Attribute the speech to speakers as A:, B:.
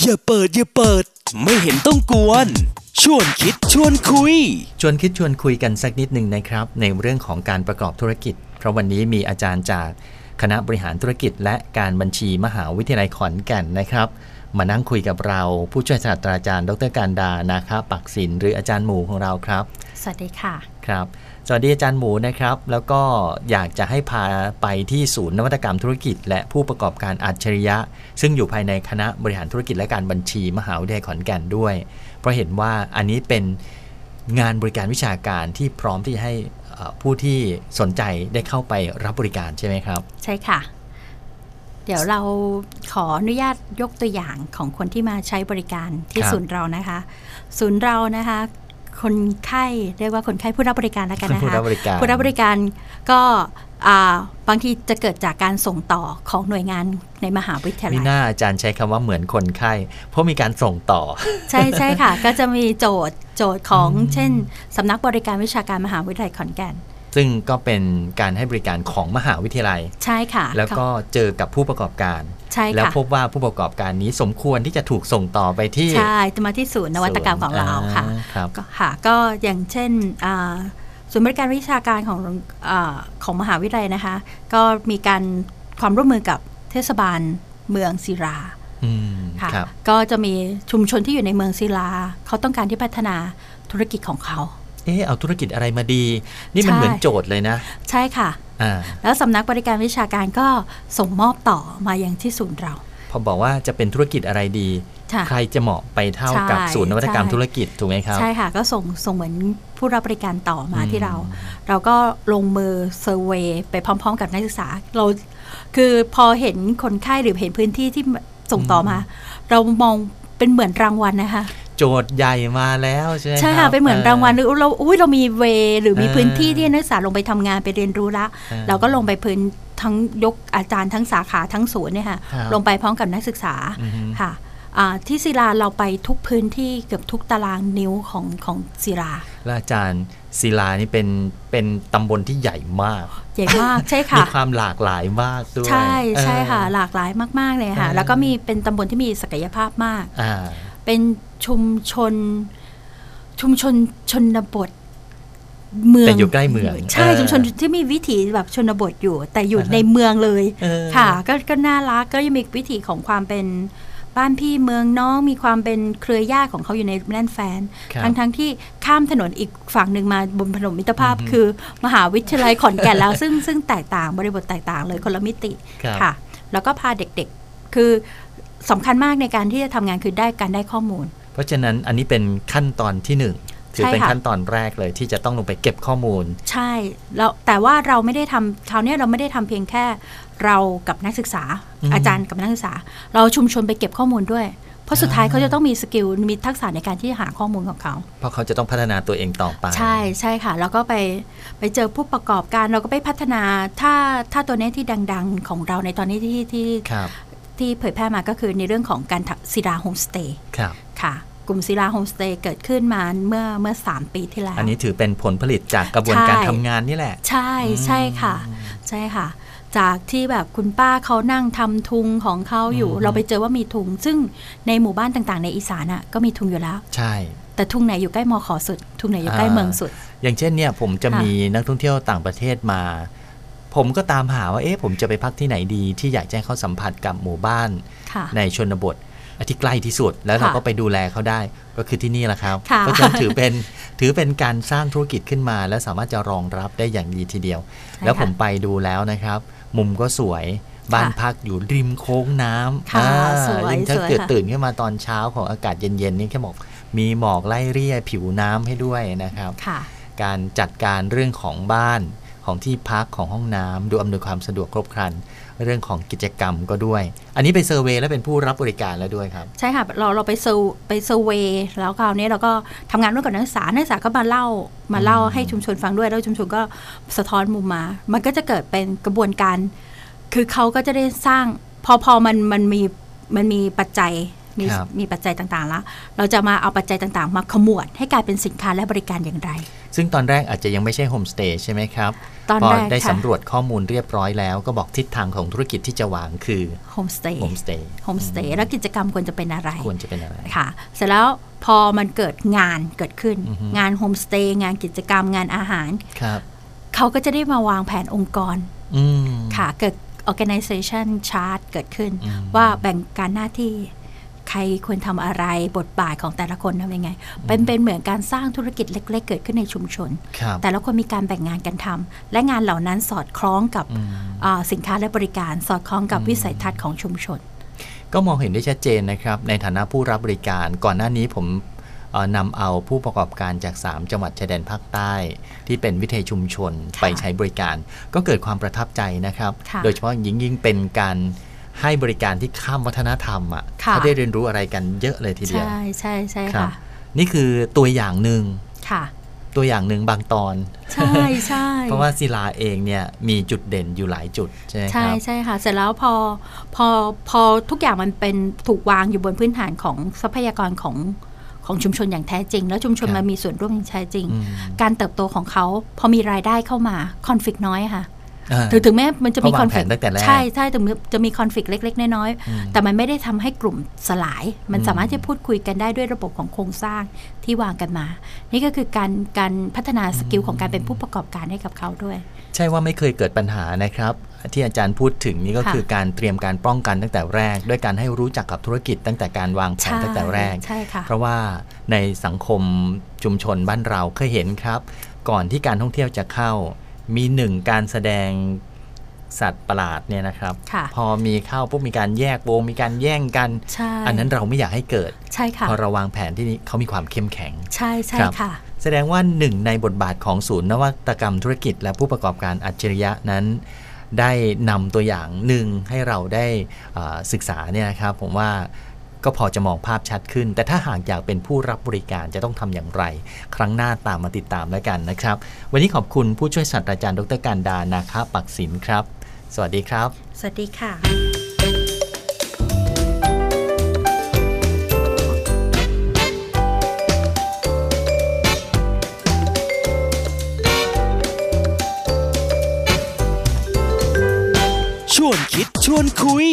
A: อย่าเปิดอย่าเปิด ไม่เห็นต้องกวน ชวนคิดชวนคุย
B: ชวนคิดชวนคุยกันสักนิดหนึ่งนะครับ ในเรื่องของการประกอบธุรกิจ เพราะวันนี้มีอาจารย์จากคณะบริหารธุรกิจ และการบัญชีมหาวิทยาลัยขอนแก่นนะครับ มานั่งคุยกับเราผู้ช่วยศาสตราจารย์ ดรการดานะคะปักศิลป์หรืออาจารย์หมูของเราครับ
C: สวัสดีค่ะ
B: ครับ สวัสดีอาจารย์หมูนะครับ แล้วก็อยากจะให้พาไปที่ศูนย์นวัตกรรมธุรกิจ และผู้ประกอบการอัจฉริยะ ซึ่งอยู่ภายในคณะบริหารธุรกิจและการบัญชีมหาวิทยาลัยขอนแก่นด้วย เพราะเห็นว่าอันนี้เป็น งานบริการวิชาการที่พร้อมที่จะให้เอ่อผู้ที่สนใจได้เข้าไปรับบริการใช่ไหมครับ
C: ใช่ค่ะ เดี๋ยวเราขออนุญาตยกตัวอย่างของคนที่มาใช้บริการที่
B: ครับ
C: ศูนย์เรานะคะ ศูนย์เรานะคะ คนไข้เรียกว่าคนไข้ผู้รับบริการแล้วกันนะคะ
B: ผู้รับบริการ
C: ผู้รับบริการก็อ่าบางทีจะเกิดจากการส่งต่อของหน่วยงานในมหาวิทยา
B: มี
C: ลัย
B: หน้าอาจารย์ใช้คำว่าเหมือนคนไข้ เพราะมีการส่งต่อ
C: ใช่ใช่ ค่ะ ก็จะมีโจทย์โจทย์ของเช่นสำนักบริการวิชาการมหาวิทยาลัยขอนแก่น
B: ซึ่งก็เป็นการให้บริการของมหาวิทยาลัย
C: ใช่ค่ะ
B: แล้วก็เจอกับผู้ประกอบการ
C: ใช่
B: แล้ว
C: ค่ะ
B: พบว่าผู้ประกอบการนี้สมควรที่จะถูกส่งต่อไปที่
C: ใช่จะมาที่ศูนย์นวัตกรรมของเราค่ะ
B: อ่ครับ
C: ก็ค่ะก็อย่างเช่นอ่าศูนย์บริการวิชาการของอาของมหาวิทยาลัยนะคะ ก็มีการความร่วมมือกับเทศบาลเมืองศิลา
B: อืม
C: ค่ะ
B: ครับ
C: ก็จะมีชุมชนที่อยู่ในเมืองศิลา เขาต้องการที่พัฒนาธุรกิจของเขา
B: เออเอาธุรกิจอะไรมาดี นี่มัน
C: ใช่
B: เหมือนโจทย์เลยนะ
C: ใช่ค่ะ
B: อ่า
C: แล้วสำนักบริการวิชาการก็ส่งมอบต่อมายังที่ศูนย์เรา
B: พอบอกว่าจะเป็นธุรกิจอะไรดี
C: ค่ะ
B: ใครจะเหมาะไปเท่ากับ
C: ใช่
B: ศูนย์นวัตกรรม
C: ใช่
B: ธุรกิจถูกไหมครับ
C: ใช่ค่ะ ก็ส่งส่งเหมือนผู้รับบริการต่อมา
B: อืม
C: ที่เรา เราก็ลงมือเซอร์เวยไปพร้อม ๆ กับนักศึกษาเราคือพอเห็นคนไข้หรือเห็นพื้นที่ที่ส่งต่อมา เรามองเป็นเหมือนรางวัลนะคะ
B: โจทย์ใหญ่มาแล้วใช่ไหม
C: ใช่
B: รั
C: ค่ะ
B: บ
C: เป็นเหมือนรางวัลหรือเราอุ้ยเรามีเวหรือมี
B: เออ
C: พื้นที่ที่นักศึกษาลงไปทำงานไปเรียนรู้ละ
B: เออ
C: เราก็ลงไปพื้นทั้งยกอาจารย์ทั้งสาขาทั้งศูนย์เนี่ยค่ะ
B: ครับ
C: ลงไปพร้อมกับนักศึกษา
B: อือฮึ
C: ค่ะอ่าที่ศิลาเราไปทุกพื้นที่เกือบทุกตารางนิ้วของของศิลา
B: แล้วอาจารย์ศิลานี่เป็นเป็นตำบลที่ใหญ่มาก
C: ใหญ่มาก ใช่
B: มี
C: ค่ะ
B: ความหลากหลายมากด้วย
C: ใช่ใช่
B: เออ
C: ค่ะ หลากหลายมาก ๆ เลยค่ะ
B: เออ
C: แล้วก็มีเป็นตำบลที่มีศักยภาพมาก
B: อ่า
C: เป็นชุมชน ชุมชนชนบท เมือง
B: แต่อยู่ใกล้เมือง
C: ใช่
B: เออ
C: ชุมชนที่มีวิถีแบบชนบทอยู่ แต่อยู่
B: อ่าฮะ
C: ในเมืองเลย
B: เออ
C: ค่ะ ก็ก็น่ารักก็ยังมีวิถีของความเป็นบ้านพี่เมืองน้องมีความเป็นเครือญาติของเขาอยู่ในแน่นแฟน
B: ครับ
C: ทั้งทั้งๆที่ข้ามถนนอีกฝั่งหนึ่งมาบนถนนมิตรภาพ
B: อือฮึ
C: คือ มหาวิทยาลัยขอนแก่นแล้ว ซึ่งซึ่งแตกต่างบริบทแตกต่างเลยคนละมิติ
B: ครับ
C: ค่ะ แล้วก็พาเด็กๆ คือสำคัญมากในการที่จะทำงานคือได้การได้ข้อมูล
B: เพราะฉะนั้นอันนี้เป็นขั้นตอนที่หนึ่งถือ
C: ใช่
B: เป็น
C: ค่ะ
B: ขั้นตอนแรกเลยที่จะต้องลงไปเก็บข้อมูล
C: ใช่แล้วแต่ว่าเราไม่ได้ทำคราวเนี้ยเราไม่ได้ทำเพียงแค่เรากับนักศึกษา
B: อืม
C: อาจารย์กับนักศึกษา เราชุมชนไปเก็บข้อมูลด้วย เพราะสุดท้าย
B: อ่า
C: เขาจะต้องมีสกิลมีทักษะในการที่จะหาข้อมูลของเขา
B: เพราะเขาจะต้องพัฒนาตัวเองต่อไป
C: ใช่ใช่ค่ะ แล้วก็ไปไปเจอผู้ประกอบการเราก็ไปพัฒนาถ้าถ้าตัวเนี้ยที่ดังๆของเราในตอนนี้ที่ที่
B: ครับ
C: ที่เผยแพร่มาก็คือในเรื่องของการทำศิลาโฮมสเตย์
B: ครับ
C: ค่ะ กลุ่มศิลาโฮมสเตย์เกิดขึ้นมาเมื่อเมื่อ 3 ปีที่แล้ว
B: อันนี้ถือเป็นผลผลิตจากกระบวนการ
C: ใช่
B: ทำงานนี่แหละ
C: ใช่ใช่ค่ะ ใช่ค่ะ จากที่แบบคุณป้าเขานั่งทำทุงของเขาอยู่
B: อืม
C: เราไปเจอว่ามีทุง ซึ่งในหมู่บ้านต่างๆ ในอีสานอ่ะก็มีทุงอยู่แล้ว
B: ใช่
C: แต่ทุงไหนอยู่ใกล้มอขอสุด ทุงไหนอยู่ใกล้เมืองสุด
B: อย่างเช่นเนี่ยผมจะ
C: ค่ะ
B: มีนักท่องเที่ยวต่างประเทศมา ผมก็ตามหาว่าเอ๊ะผมจะไปพักที่ไหนดี ที่อยากจะให้เขาสัมผัสกับหมู่บ้าน
C: ค่ะ
B: ในชนบทที่ใกล้ที่สุด แล้วเรา
C: ค่ะ
B: ก็ไปดูแลเขาได้ก็คือที่นี่แหละครับ
C: ค่ะ
B: เพราะฉะนั้นถือเป็น ถือเป็นการสร้างธุรกิจขึ้นมา และสามารถจะรองรับได้อย่างดีทีเดียว
C: ช่
B: แล้วผม
C: ค่ะ
B: ไปดูแล้วนะครับ มุมก็สวยบ้านพักอยู่ริมโค้งน้ำอ
C: ค่ะ
B: ่า
C: สวย
B: ถ้า
C: สวย
B: เกิด
C: ค่ะ
B: ตื่นขึ้นมาตอนเช้าของอากาศเย็นๆนี่แค่บอกมีหมอกไล่เรี่ยผิวน้ำให้ด้วยนะครับ
C: ค่ะ
B: การจัดการเรื่องของบ้านของที่พักของห้องน้ำดูอำนวยความสะดวกครบครัน เรื่องของกิจกรรมก็ด้วย อันนี้ไปเซอร์เวย์และเป็นผู้รับบริการแล้วด้วยครับ
C: ใช่ค่ะ เราเราไปเซอร์ไปเซอร์เวย์แล้วคราวนี้เราก็ทำงานร่วมกับนักศึกษา นักศึกษาก็มาเล่ามาเล่า
B: อืม
C: ให้ชุมชนฟังด้วยแล้วชุมชนก็สะท้อนมุมมา มันก็จะเกิดเป็นกระบวนการ คือเขาก็จะได้สร้างพอพอมันมันมีมันมีปัจจัย มี
B: ครับ
C: มีปัจจัยต่างๆแล้ว เราจะมาเอาปัจจัยต่างๆ มาขมวดให้กลายเป็นสินค้าและบริการอย่างไร
B: ซึ่งตอนแรกอาจจะยังไม่ใช่โฮมสเตย์ใช่ไหมครับ
C: ตอน
B: พอ
C: แรก
B: ได้
C: ค่ะ
B: สำรวจข้อมูลเรียบร้อยแล้ว ก็บอกทิศทางของธุรกิจที่จะวางคือ
C: โฮมสเตย์
B: โฮมสเตย์
C: โฮมสเตย์แล้วกิจกรรมควรจะเป็นอะไร
B: ควรจะเป็นอะไร
C: ค่ะเสร็จแล้วพอมันเกิดงานเกิดขึ้น
B: อือฮึ
C: งานโฮมสเตย์งานกิจกรรมงานอาหาร
B: ครับ
C: เขาก็จะได้มาวางแผนองค์กร
B: อืม
C: ค่ะเกิด organization chart เกิดขึ้น
B: อืม
C: ว่าแบ่งการหน้าที่ ใครควรทำอะไรบทบาทของแต่ละคนทำยังไง เป็นเป็นเหมือนการสร้างธุรกิจเล็ก ๆ เกิดขึ้นในชุมชน
B: ครับ
C: แต่ละคนมีการแบ่งงานกันทำและงานเหล่านั้นสอดคล้องกับ
B: อืม
C: อ่าสินค้าและบริการ สอดคล้องกับวิสัยทัศน์ของชุมชน
B: ก็มองเห็นได้ชัดเจนนะครับ ในฐานะผู้รับบริการ ก่อนหน้านี้ผมเอ่อนำเอาผู้ประกอบการจาก 3 จังหวัดชายแดนภาคใต้ ที่เป็นวิทยชุมชน
C: ค่ะ
B: ไปใช้บริการ ก็เกิดความประทับใจนะครับ
C: ค่ะ
B: โดยเฉพาะอย่างยิ่งยิ่งเป็นการให้บริการที่ข้ามวัฒนธรรมอ่ะเขาได้เรียนรู้อะไรกันเยอะเลยทีเดียว
C: ใช่ใช่ใช่
B: ครั
C: ค่ะ
B: นี่คือตัวอย่างหนึ่ง
C: ค่ะ
B: ตัวอย่างหนึ่งบางตอน
C: ใช่ใช่
B: เพราะว่าศิลาเองเนี่ยมีจุดเด่นอยู่หลายจุดใช่ไหมค
C: ใช่
B: รับ
C: ใช่ค่ะ เสร็จแล้วพอพอพอทุกอย่างมันเป็นถูกวางอยู่บนพื้นฐานของทรัพยากรของของชุมชนอย่างแท้จริง แล้วชุมชน
B: ครับ
C: มันมีส่วนร่วมอย่างแท้จริง
B: อืม
C: การเติบโตของเขาพอมีรายได้เข้ามาคอน FLICT น้อยค่ะ
B: อ่า
C: ถึงถึงแม้มันจะมี
B: เขาวาง
C: คอน
B: แผนตั้ง
C: FLICT
B: แต่แรก
C: ใช่ใช่ถึงจะมีคอน FLICT เล็ก ๆ น้อย
B: อืม
C: ๆแต่มันไม่ได้ทำให้กลุ่มสลาย มัน
B: อืม
C: สามารถที่จะพูดคุยกันได้ด้วยระบบของโครงสร้างที่วางกันมา นี่ก็คือการการพัฒนาสกิลของการเป็นผู้ประกอบการให้กับเขาด้วย
B: ใช่ว่าไม่เคยเกิดปัญหานะครับ ที่อาจารย์พูดถึงนี่ก็
C: ค่ะ
B: คือการเตรียมการป้องกันตั้งแต่แรก ด้วยการให้รู้จักกับธุรกิจตั้งแต่การวางแผนตั้งแต่แรก
C: ใช่ค่ะ
B: เพราะว่าในสังคมชุมชนบ้านเราเคยเห็นครับ ก่อนที่การท่องเที่ยวจะเข้า มีหนึ่งการแสดงสัตว์ประหลาดเนี่ยนะครับ
C: ค่ะ
B: พอมีเข้าปุ๊บมีการแยกวงมีการแย่งกัน
C: ใช่
B: อันนั้นเราไม่อยากให้เกิด
C: ใช่ค่ะ
B: พอเราวางแผนที่นี่เขามีความเข้มแข็ง
C: ใช่ใช่
B: ครับ
C: ค่ะ
B: แสดงว่าหนึ่งในบทบาทของศูนย์นวัตกรรมธุรกิจ และผู้ประกอบการอัจฉริยะนั้น ได้นำตัวอย่างหนึ่งให้เราได้เอ่อศึกษาเนี่ยนะครับ ผมว่าก็พอจะมองภาพชัดขึ้น แต่ถ้าหากอยากเป็นผู้รับบริการจะต้องทำอย่างไร ครั้งหน้าตามมาติดตามแล้วกันนะครับ วันนี้ขอบคุณผู้ช่วยศาสตราจารย์ดรการดานาคาปักศิลป์ครับ สวัสดีครับ
C: สวัสดีค่ะ
A: ชวนคิดชวนคุย